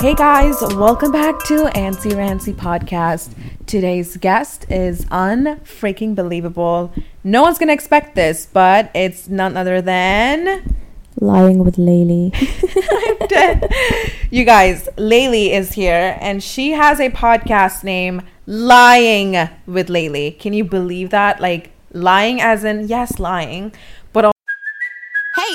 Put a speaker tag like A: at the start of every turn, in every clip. A: Hey guys, welcome back to Ansi Rancy Podcast. Today's guest is unfreaking believable. No one's gonna expect this, but it's none other than
B: Lying with Laylee.
A: you guys. Laylee is here, and she has a podcast name, Lying with Laylee. Can you believe that? Like lying, as in yes, lying, but also
C: Hey,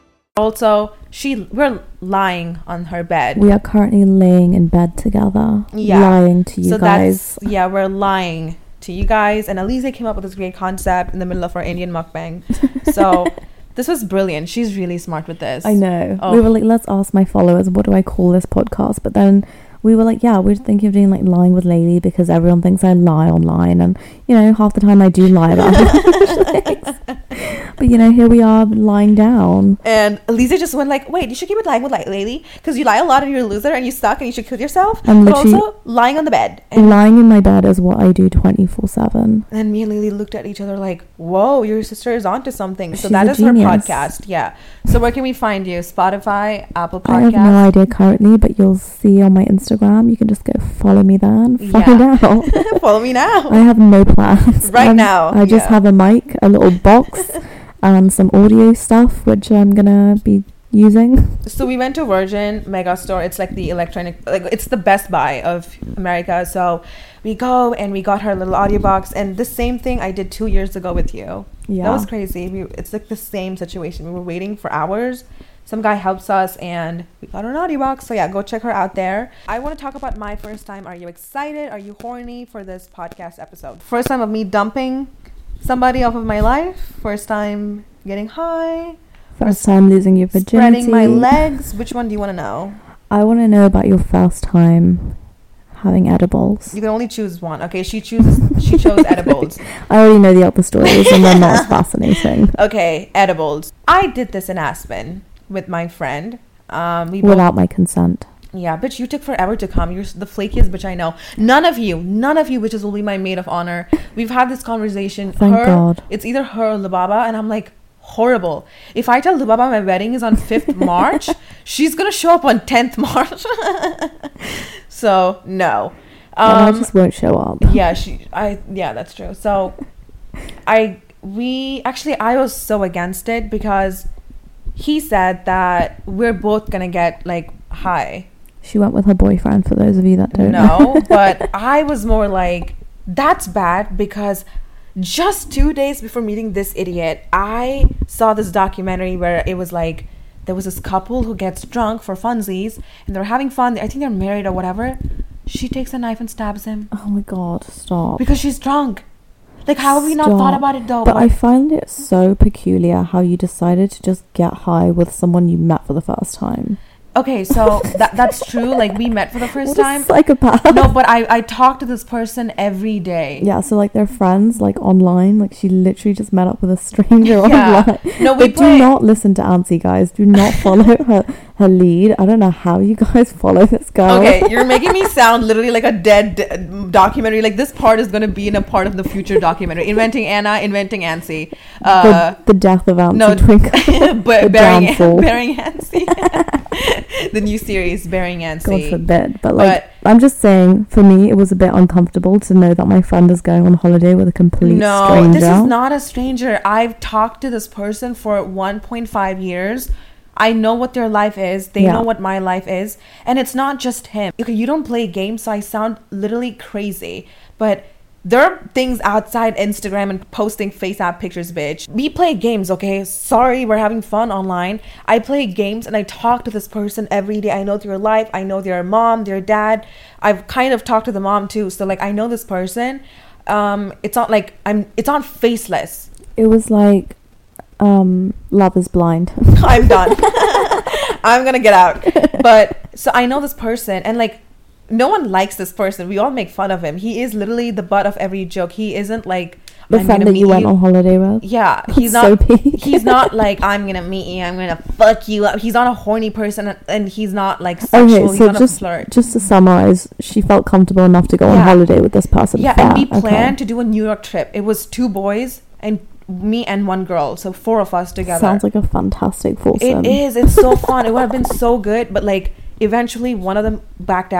A: also she we're lying on her bed.
B: we are currently laying in bed together. Lying to you guys.
A: That's, yeah, we're lying to you guys. And Elise came up with this great concept in the middle of our Indian mukbang. So this was brilliant. She's really smart with this.
B: I know.
A: Oh.
B: We were like, let's ask my followers, what do I call this podcast? But then we were like, yeah, we're thinking of doing like lying with Lady because everyone thinks I lie online. And, you know, half the time I do lie about things. But, you know, here we are lying down.
A: And Elise just went like, "Wait, you should keep it lying with like lady, because you lie a lot and you're a loser and you suck and you should kill yourself."
B: I'm
A: but
B: literally-
A: also lying on the bed. And,
B: Lying in my bed is what I do 24 7.
A: and me and Lily looked at each other like, "Whoa, your sister is onto something." So
B: She's
A: that
B: a
A: is
B: genius.
A: her podcast. Yeah. So where can we find you? Spotify, Apple Podcast.
B: I have no idea currently, but you'll see on my Instagram. You can just go follow me there and find
A: Yeah.
B: out.
A: Follow me now.
B: I have no plans
A: Right
B: Um,
A: now,
B: I just
A: yeah.
B: have a mic, a little box, and some audio stuff, which I'm gonna be using.
A: So we went to Virgin Mega Store. It's like the electronic, like it's the Best Buy of America. So we go and we got her little audio box, and the same thing I did two years ago with you.
B: Yeah,
A: That was crazy. We, it's like the same situation. We were waiting for hours. Some guy helps us, and we got an audio box. So yeah, go check her out there. I want to talk about my first time. Are you excited? Are you horny for this podcast episode? First time of me dumping somebody off of my life. First time getting high.
B: first time losing your virginity.
A: Spreading my legs. Which one do you want to know?
B: I want to know about your first time having edibles.
A: You can only choose one. Okay, she chooses. She chose edibles.
B: I already know the other stories, and they're not as fascinating.
A: Okay, edibles. I did this in Aspen with my friend. Um, we both,
B: Without my consent,
A: yeah, bitch, you took forever to come. You're s- the flakiest bitch I know. None of you, none of you bitches will be my maid of honor. We've had this conversation.
B: Thank
A: her,
B: God.
A: It's either her or Lubaba, and I'm like horrible. If I tell Lubaba my wedding is on fifth March, she's gonna show up on tenth March. so no.
B: and I just won't show up.
A: Um, yeah she i yeah that's true so i we actually i was so against it because he said that we're both gonna get like high
B: She went with her boyfriend. For those of you that don't know,
A: no but i was more like that's bad because just two days before meeting this idiot i saw this documentary where it was like there was this couple who gets drunk for funsies and they're having fun i think they're married or whatever she takes a knife and stabs him
B: oh my God, stop.
A: because she's drunk. Like, how have we not thought
B: Stop.
A: about it though?
B: But I find it so peculiar how you decided to just get high with someone you met for the first time.
A: okay, so that that's true. Like, we met for the first
B: What
A: time.
B: a psychopath.
A: no, but I I talk to this person every day.
B: yeah, so like they're friends, like online. Like she literally just met up with a stranger
A: Yeah.
B: online.
A: No, we
B: but
A: play-
B: do not listen to Ansi, guys. Do not follow her her lead. I don't know how you guys follow this girl.
A: Okay, you're making me sound literally like a dead d- documentary. Like this part is gonna be in a part of the future documentary. Inventing Anna, inventing Ansi.
B: the,
A: Uh,
B: the death of Ansi
A: no,
B: Twinkle.
A: but
B: The
A: burying
B: downfall.
A: burying Ansi. the new series, burying
B: God
A: Ansi.
B: forbid. But like, I'm just saying, for me, it was a bit uncomfortable to know that my friend is going on holiday with a complete
A: no,
B: stranger.
A: this is not a stranger. I've talked to this person for 1.5 years. I know what their life is. They
B: Yeah.
A: know what my life is. And it's not just him. Okay, you don't play games, so I sound literally crazy. But there are things outside Instagram and posting face app pictures, bitch. We play games, okay? Sorry, we're having fun online. I play games and I talk to this person every day. I know their life. I know their mom, their dad. I've kind of talked to the mom too. So, like, I know this person. Um, it's not like I'm, it's not faceless.
B: It was like um, Love is Blind.
A: I'm done. I'm gonna get out. But so I know this person, and like, no one likes this person. We all make fun of him. He is literally the butt of every joke. He isn't like
B: the
A: "I'm
B: friend
A: gonna
B: that you
A: meet
B: went on holiday with.
A: Yeah, he's
B: That's so
A: not.
B: peak.
A: he's not like I'm gonna meet you. I'm gonna fuck you up. He's not a horny person, and- and he's not like sexual.
B: Okay,
A: he's
B: so
A: not a
B: just
A: flirt.
B: just to summarize, she felt comfortable enough to go on
A: Yeah.
B: holiday with this person.
A: Yeah, and
B: Fair,
A: we
B: okay.
A: planned to do a New York trip. It was two boys and me and one girl, so four of us together.
B: Sounds like a fantastic
A: It
B: foursome.
A: is. It's so fun. It would have been so good, but like eventually one of them backed out.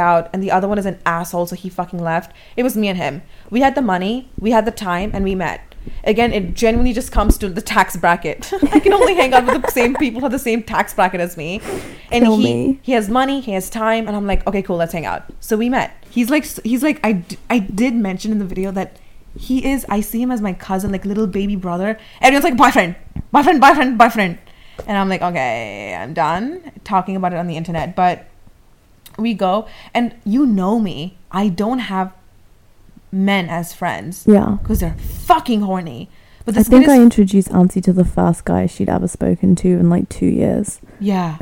A: out and the other one is an asshole so he fucking left it was me and him we had the money we had the time and we met again it genuinely just comes to the tax bracket i can only hang out with the same people who have the same tax bracket as me and
B: Kill
A: he
B: me.
A: he has money he has time and i'm like okay cool let's hang out so we met he's like he's like i d- I did mention in the video that he is i see him as my cousin like little baby brother everyone's like boyfriend boyfriend boyfriend boyfriend and i'm like okay i'm done talking about it on the internet but we go and you know me i don't have men as friends
B: Yeah.
A: because they're fucking horny but
B: I
A: this
B: think
A: thing
B: I
A: is
B: introduced Ansi to the first guy she'd ever spoken to in like two years.
A: yeah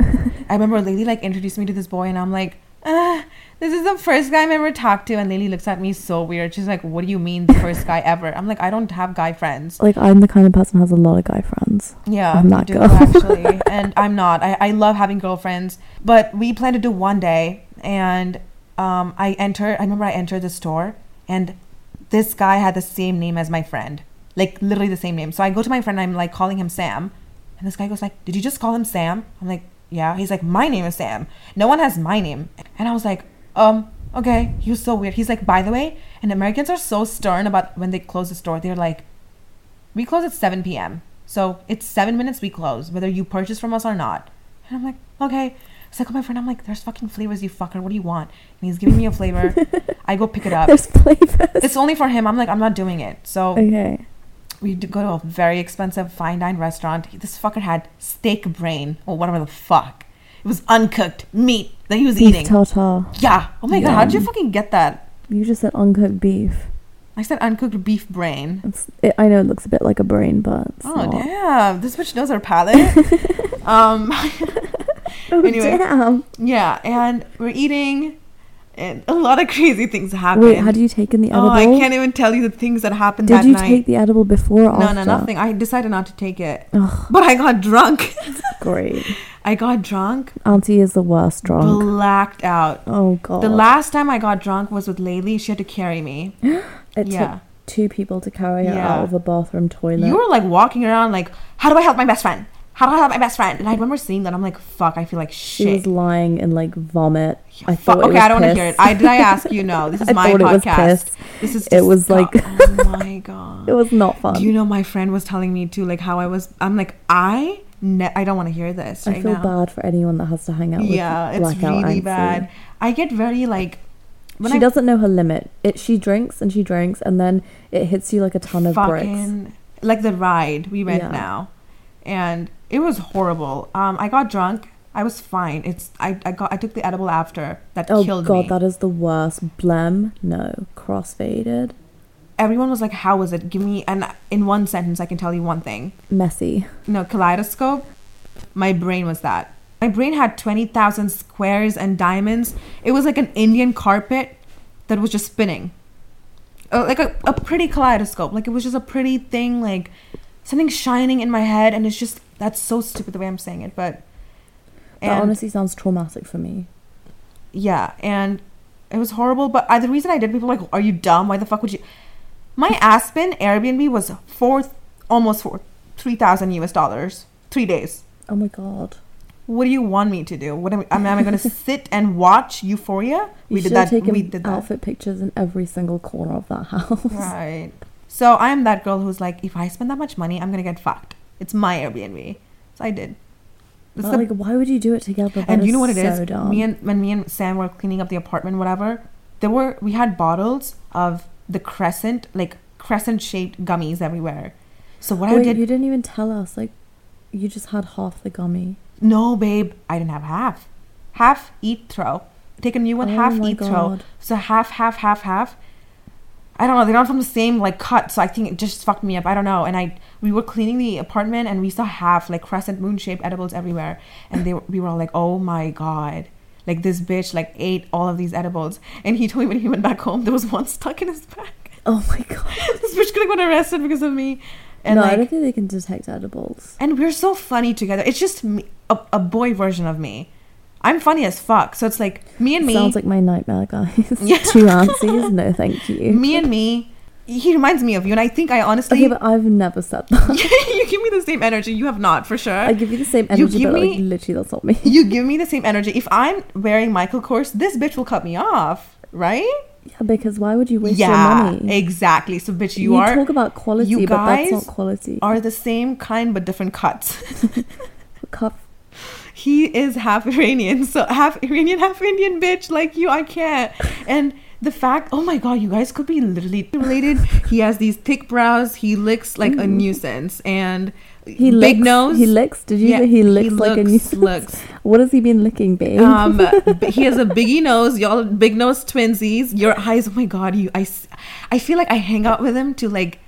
A: i remember a lady like introduced me to this boy and i'm like ah, this is the first guy i've ever talked to and lily looks at me so weird she's like what do you mean the first guy ever i'm like i don't have guy friends
B: Like I'm the kind of person who has a lot of guy friends.
A: Yeah,
B: I'm
A: you
B: that
A: do,
B: girl.
A: actually. and I'm not. I, I love having girlfriends. But we plan to do one day and um, I enter I remember I entered the store and this guy had the same name as my friend. Like literally the same name. So I go to my friend, I'm like calling him Sam. And this guy goes like, Did you just call him Sam? I'm like, Yeah. He's like, My name is Sam. No one has my name. And I was like, um, okay, you're so weird. He's like, by the way, and Americans are so stern about when they close the store, they're like, we close at 7 p.m. So it's seven minutes we close, whether you purchase from us or not. And I'm like, okay. So I call my friend, I'm like, there's fucking flavors, you fucker. What do you want? And he's giving me a flavor. I go pick it up.
B: There's flavors.
A: It's only for him. I'm like, I'm not doing it. So
B: Okay.
A: we d- go to a very expensive fine dine restaurant. He- This fucker had steak brain or whatever the fuck. It was uncooked meat that he was
B: Beef
A: eating.
B: tartare.
A: yeah. Oh my god, how did you fucking get that?
B: You just said uncooked beef.
A: I said uncooked beef brain.
B: It's, it, I know it looks a bit like a brain, but it's
A: Oh
B: not.
A: damn! This bitch knows her palate. um,
B: Oh,
A: Anyway.
B: damn.
A: yeah, and we're eating, and a lot of crazy things happen.
B: Wait, had you taken the edible?
A: Oh, I can't even tell you the things that happened
B: Did
A: that
B: you
A: night.
B: take the edible before or
A: no,
B: after?
A: no, nothing. I decided not to take it,
B: Ugh.
A: but I got drunk.
B: Great.
A: I got drunk,
B: Auntie is the worst drunk.
A: blacked out.
B: oh god.
A: The last time I got drunk was with Laylee. She had to carry me.
B: it
A: yeah.
B: took two people to carry her
A: Yeah.
B: out of a bathroom toilet.
A: You were like walking around, like, how do I help my best friend? How do I help my best friend? And I remember seeing that. I'm like, fuck, I feel like
B: she
A: shit.
B: was lying in like vomit. I
A: Fu-
B: thought it
A: okay,
B: was
A: I don't want to
B: piss.
A: hear it. I did I ask you? No, this is
B: I
A: my
B: thought it was
A: podcast.
B: piss.
A: This is
B: It was
A: disgu-
B: like-
A: oh my god,
B: It was not fun.
A: Do you know my friend was telling me too, like how I was? I'm like I, ne- I don't want to hear this right
B: I feel
A: now.
B: bad for anyone that has to hang out with
A: Yeah, it's
B: blackout
A: really
B: Ansi.
A: bad. I get very like when
B: she
A: I
B: doesn't know her limit. It she drinks and she drinks and then it hits you like a ton of bricks.
A: fucking like the ride we went
B: Yeah.
A: now, and it was horrible. Um, I got drunk. I was fine. It's I, I got I took the edible after that
B: Oh
A: killed
B: god,
A: me.
B: that is the worst. Blem, no, crossfaded,
A: Everyone was like, "How was it? Give me." And in one sentence, I can tell you one thing.
B: messy.
A: no kaleidoscope my brain was that my brain had 20000 squares and diamonds it was like an indian carpet that was just spinning Uh, like a, a pretty kaleidoscope like it was just a pretty thing like something shining in my head and it's just that's so stupid the way i'm saying it but
B: That
A: And
B: honestly sounds traumatic for me.
A: yeah, and it was horrible. But I, the reason I did, people were like, "Are you dumb? Why the fuck would you?" My Aspen Airbnb was four, almost four, three thousand US dollars, three days.
B: Oh my god.
A: What do you want me to do? What am, am, am I going to sit and watch Euphoria? we
B: You
A: did
B: should have
A: that.
B: taken
A: We did that.
B: outfit pictures in every single corner of that house.
A: Right. So I am that girl who's like, if I spend that much money, I'm gonna get fucked. It's my Airbnb. So I did. It's
B: But,
A: the-
B: like, why would you do it together? Oh That
A: and you know what it
B: so
A: is?
B: Dumb.
A: Me and when me and Sam were cleaning up the apartment, whatever, there were we had bottles of the crescent, like crescent shaped gummies everywhere. So what I
B: Wait,
A: did
B: you didn't even tell us. Like, you just had half the gummy.
A: No, babe, I didn't have half. Half eat throw. Take a new one,
B: Oh
A: half
B: my
A: eat throw.
B: God.
A: So half, half, half, half. I don't know. They're not from the same like cut, so I think it just fucked me up. I don't know. And I we were cleaning the apartment and we saw half like crescent moon shaped edibles everywhere, and they were- we were all like, oh my god. Like this bitch like ate all of these edibles, and he told me when he went back home there was one stuck in his back.
B: Oh my god.
A: this bitch could have got arrested because of me. And
B: no, I
A: like,
B: don't think they can detect edibles.
A: and we're so funny together. It's just me, a, a boy version of me. I'm funny as fuck. So it's like me and me,
B: Sounds like my nightmare, guys. Two aunties? No, thank you.
A: me and me. He reminds me of you, and I think I honestly.
B: Okay, but I've never said that.
A: you give me the same energy. You have not for sure.
B: I give you the same
A: You
B: energy,
A: give
B: but like
A: me-
B: literally, that's not me.
A: You give me the same energy. If I'm wearing Michael Kors, this bitch will cut me off, right?
B: yeah, because why would you waste your
A: yeah,
B: money?
A: exactly. So bitch, you,
B: You
A: are
B: talk about quality,
A: you
B: but that's not
A: guys
B: quality.
A: Are the same kind but different cuts.
B: Cup-
A: he is half Iranian, so half Iranian, half Indian bitch like you, I can't. And the fact, oh my god, you guys could be literally related. He has these thick brows. He looks like a nuisance, and
B: Mm. He
A: big
B: licks,
A: nose.
B: He licks. Did you
A: Yeah,
B: say he licks like a nuisance?
A: Looks.
B: What has he been licking, babe?
A: Um, b- he has a biggie nose. Y'all big nose twinsies. Your eyes. Oh my god, you. I, s- I feel like I hang out with him to like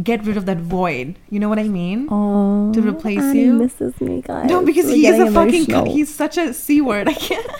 A: get rid of that void. You know what I mean?
B: Oh, Aw,
A: to replace
B: Annie
A: you?
B: misses me, guys.
A: no, because
B: We're
A: he is a
B: getting
A: fucking.
B: emotional.
A: cunt. He's such a c word. I can't.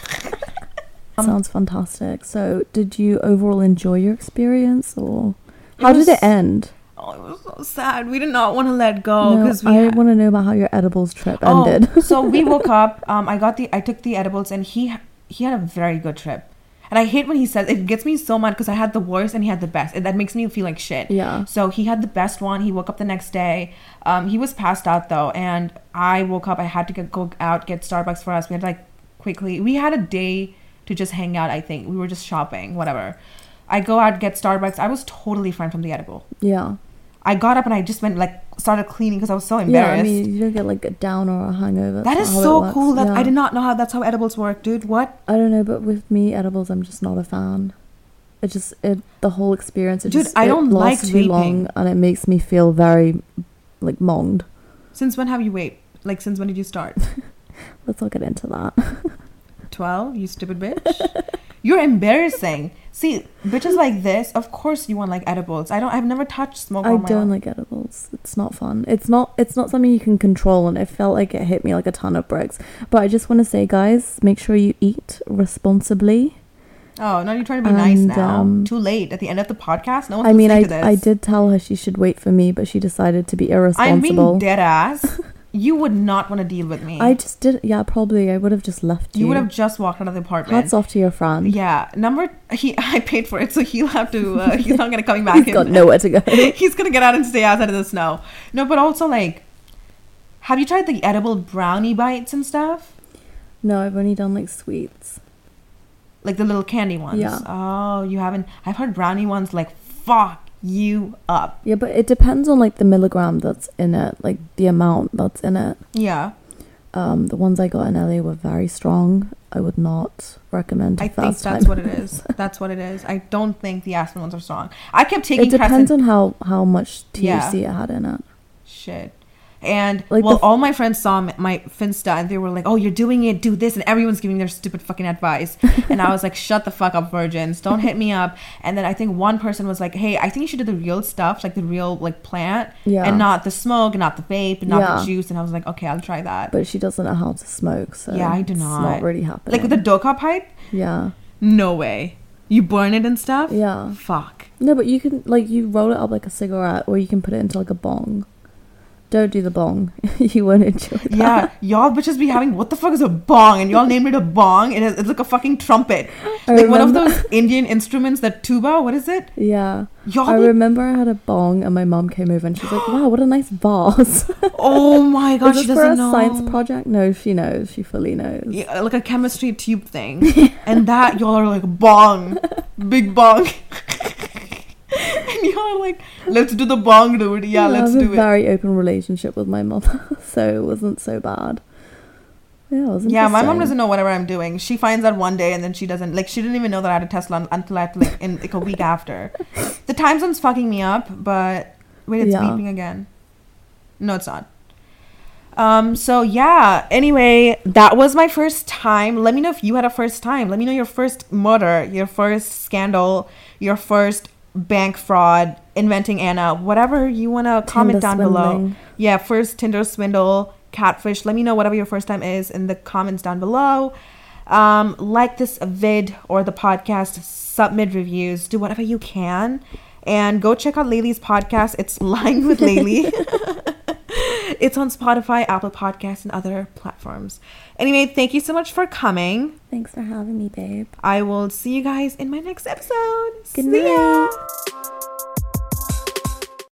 A: Um,
B: Sounds fantastic. So, did you overall enjoy your experience, or how did
A: was-
B: it end?
A: Oh, it was so sad. We did not want to let go because
B: no,
A: Oh, we.
B: I
A: had-
B: want to know about how your edibles trip ended.
A: Oh, so we woke up. Um, I got the. I took the edibles, and he he had a very good trip. And I hate when he says it gets me so mad because I had the worst and he had the best, and that makes me feel like shit.
B: Yeah.
A: So he had the best one. He woke up the next day. Um, he was passed out though, and I woke up. I had to get, go out get Starbucks for us. We had to, like quickly. We had a day to just hang out. I think we were just shopping, whatever. I go out get Starbucks. I was totally fine from the edible.
B: yeah,
A: I got up and I just went like started cleaning because I was so
B: yeah.
A: embarrassed.
B: I mean, you don't get like a down or a hangover.
A: that
B: That's
A: is
B: not how it
A: so
B: works.
A: cool. That I
B: Yeah.
A: did not know how that's how edibles work, dude. What?
B: I don't know, but with me, edibles, I'm just not a fan. It just it the whole experience. It
A: Dude,
B: just,
A: I
B: it
A: don't
B: lasts
A: like vaping.
B: too long, and it makes me feel very like monged.
A: Since when have you vaped? Like since when did you start?
B: Let's not get into that.
A: Oh Twelve, you stupid bitch. You're embarrassing. See, bitches like this, of course you want like edibles. I don't I've never touched smoke.
B: I
A: all my
B: don't
A: life.
B: like edibles. It's not fun. It's not it's not something you can control and it felt like it hit me like a ton of bricks. But I just want to say guys, make sure you eat responsibly.
A: Oh, now you're trying to be nice
B: And,
A: now.
B: um,
A: Too late. At the end of the podcast, no one's
B: I mean I
A: listening to this.
B: I did tell her she should wait for me, but she decided to be
A: I'm being
B: irresponsible.
A: dead ass. you would not want to deal with me.
B: I just did yeah, probably I would have just left you.
A: you would have just walked out of the apartment.
B: Hats off to your friend.
A: Yeah, number he I paid for it, so he'll have to. Uh, he's not gonna coming back.
B: He's got
A: in.
B: nowhere to go.
A: he's gonna get out and stay outside in the snow. No, but also like, have you tried the edible brownie bites and stuff?
B: No, I've only done like sweets.
A: Like the little candy ones.
B: Yeah.
A: Oh, you haven't. I've heard brownie ones like fuck you up.
B: Yeah, but it depends on like the milligram that's in it, like the amount that's in it.
A: Yeah,
B: Um, the ones I got in LA were very strong. I would not recommend.
A: I
B: the
A: think
B: first
A: that's
B: time.
A: what it is. That's what it is. I don't think the Aspen ones are strong. I kept taking.
B: it depends
A: Crescent-
B: on how how much
A: Yeah.
B: THC it had in it.
A: Shit. And
B: Like
A: well,
B: the f-
A: all my friends saw my, my Finsta and they were like, "Oh, you're doing it, do this," and everyone's giving their stupid fucking advice. and I was like, "Shut the fuck up, virgins! Don't hit me up." And then I think one person was like, "Hey, I think you should do the real stuff, like the real like plant,
B: Yeah.
A: and not the smoke, and not the vape, and not
B: Yeah.
A: the juice." And I was like, "Okay, I'll try that."
B: But she doesn't know how to smoke, so
A: yeah, I do
B: it's
A: not.
B: not really happening.
A: Like with the doka pipe?
B: yeah,
A: No way. You burn it and stuff?
B: Yeah.
A: Fuck.
B: no, but you can like you roll it up like a cigarette, or you can put it into like a bong. Don't do the bong. you won't enjoy that.
A: Yeah, y'all bitches be having what the fuck is a bong, and y'all named it a bong, and it's, it's like a fucking trumpet,
B: I
A: like one of
B: remember-
A: those Indian instruments, that tuba. What is it?
B: Yeah.
A: Y'all
B: I
A: be-
B: remember I had a bong and my mum came over and she's like, wow, what a nice vase.
A: Oh my gosh,
B: Is
A: she
B: this for a
A: doesn't know.
B: science project? No, she knows. She fully knows.
A: Yeah, like a chemistry tube thing, and that y'all are like bong, big bong, and y'all are like, let's do the bong, dude. Yeah,
B: I
A: let's
B: have a
A: do it.
B: very open relationship with my mother, so it wasn't so bad. Yeah, it was
A: Yeah, my mom doesn't
B: interesting.
A: know whatever I'm doing. She finds out one day and then she doesn't. Like, she didn't even know that I had a Tesla un- until I, like, in, like a week after. The time zone's fucking me up, but wait, it's
B: Yeah.
A: beeping again. No, it's not. Um, so yeah, anyway, that was my first time. Let me know if you had a first time. Let me know your first murder, your first scandal, your first bank fraud, inventing Anna, whatever you want to comment down below.
B: swindling.
A: Yeah, first Tinder swindle, catfish. Let me know whatever your first time is in the comments down below. Um, like this vid or the podcast, submit reviews, do whatever you can. And go check out Laylee's podcast. It's Lying with Laylee. it's on Spotify, Apple Podcasts, and other platforms. Anyway, thank you so much for coming.
B: Thanks for having me, babe.
A: I will see you guys in my next episode.
B: Good
A: see ya.
B: night.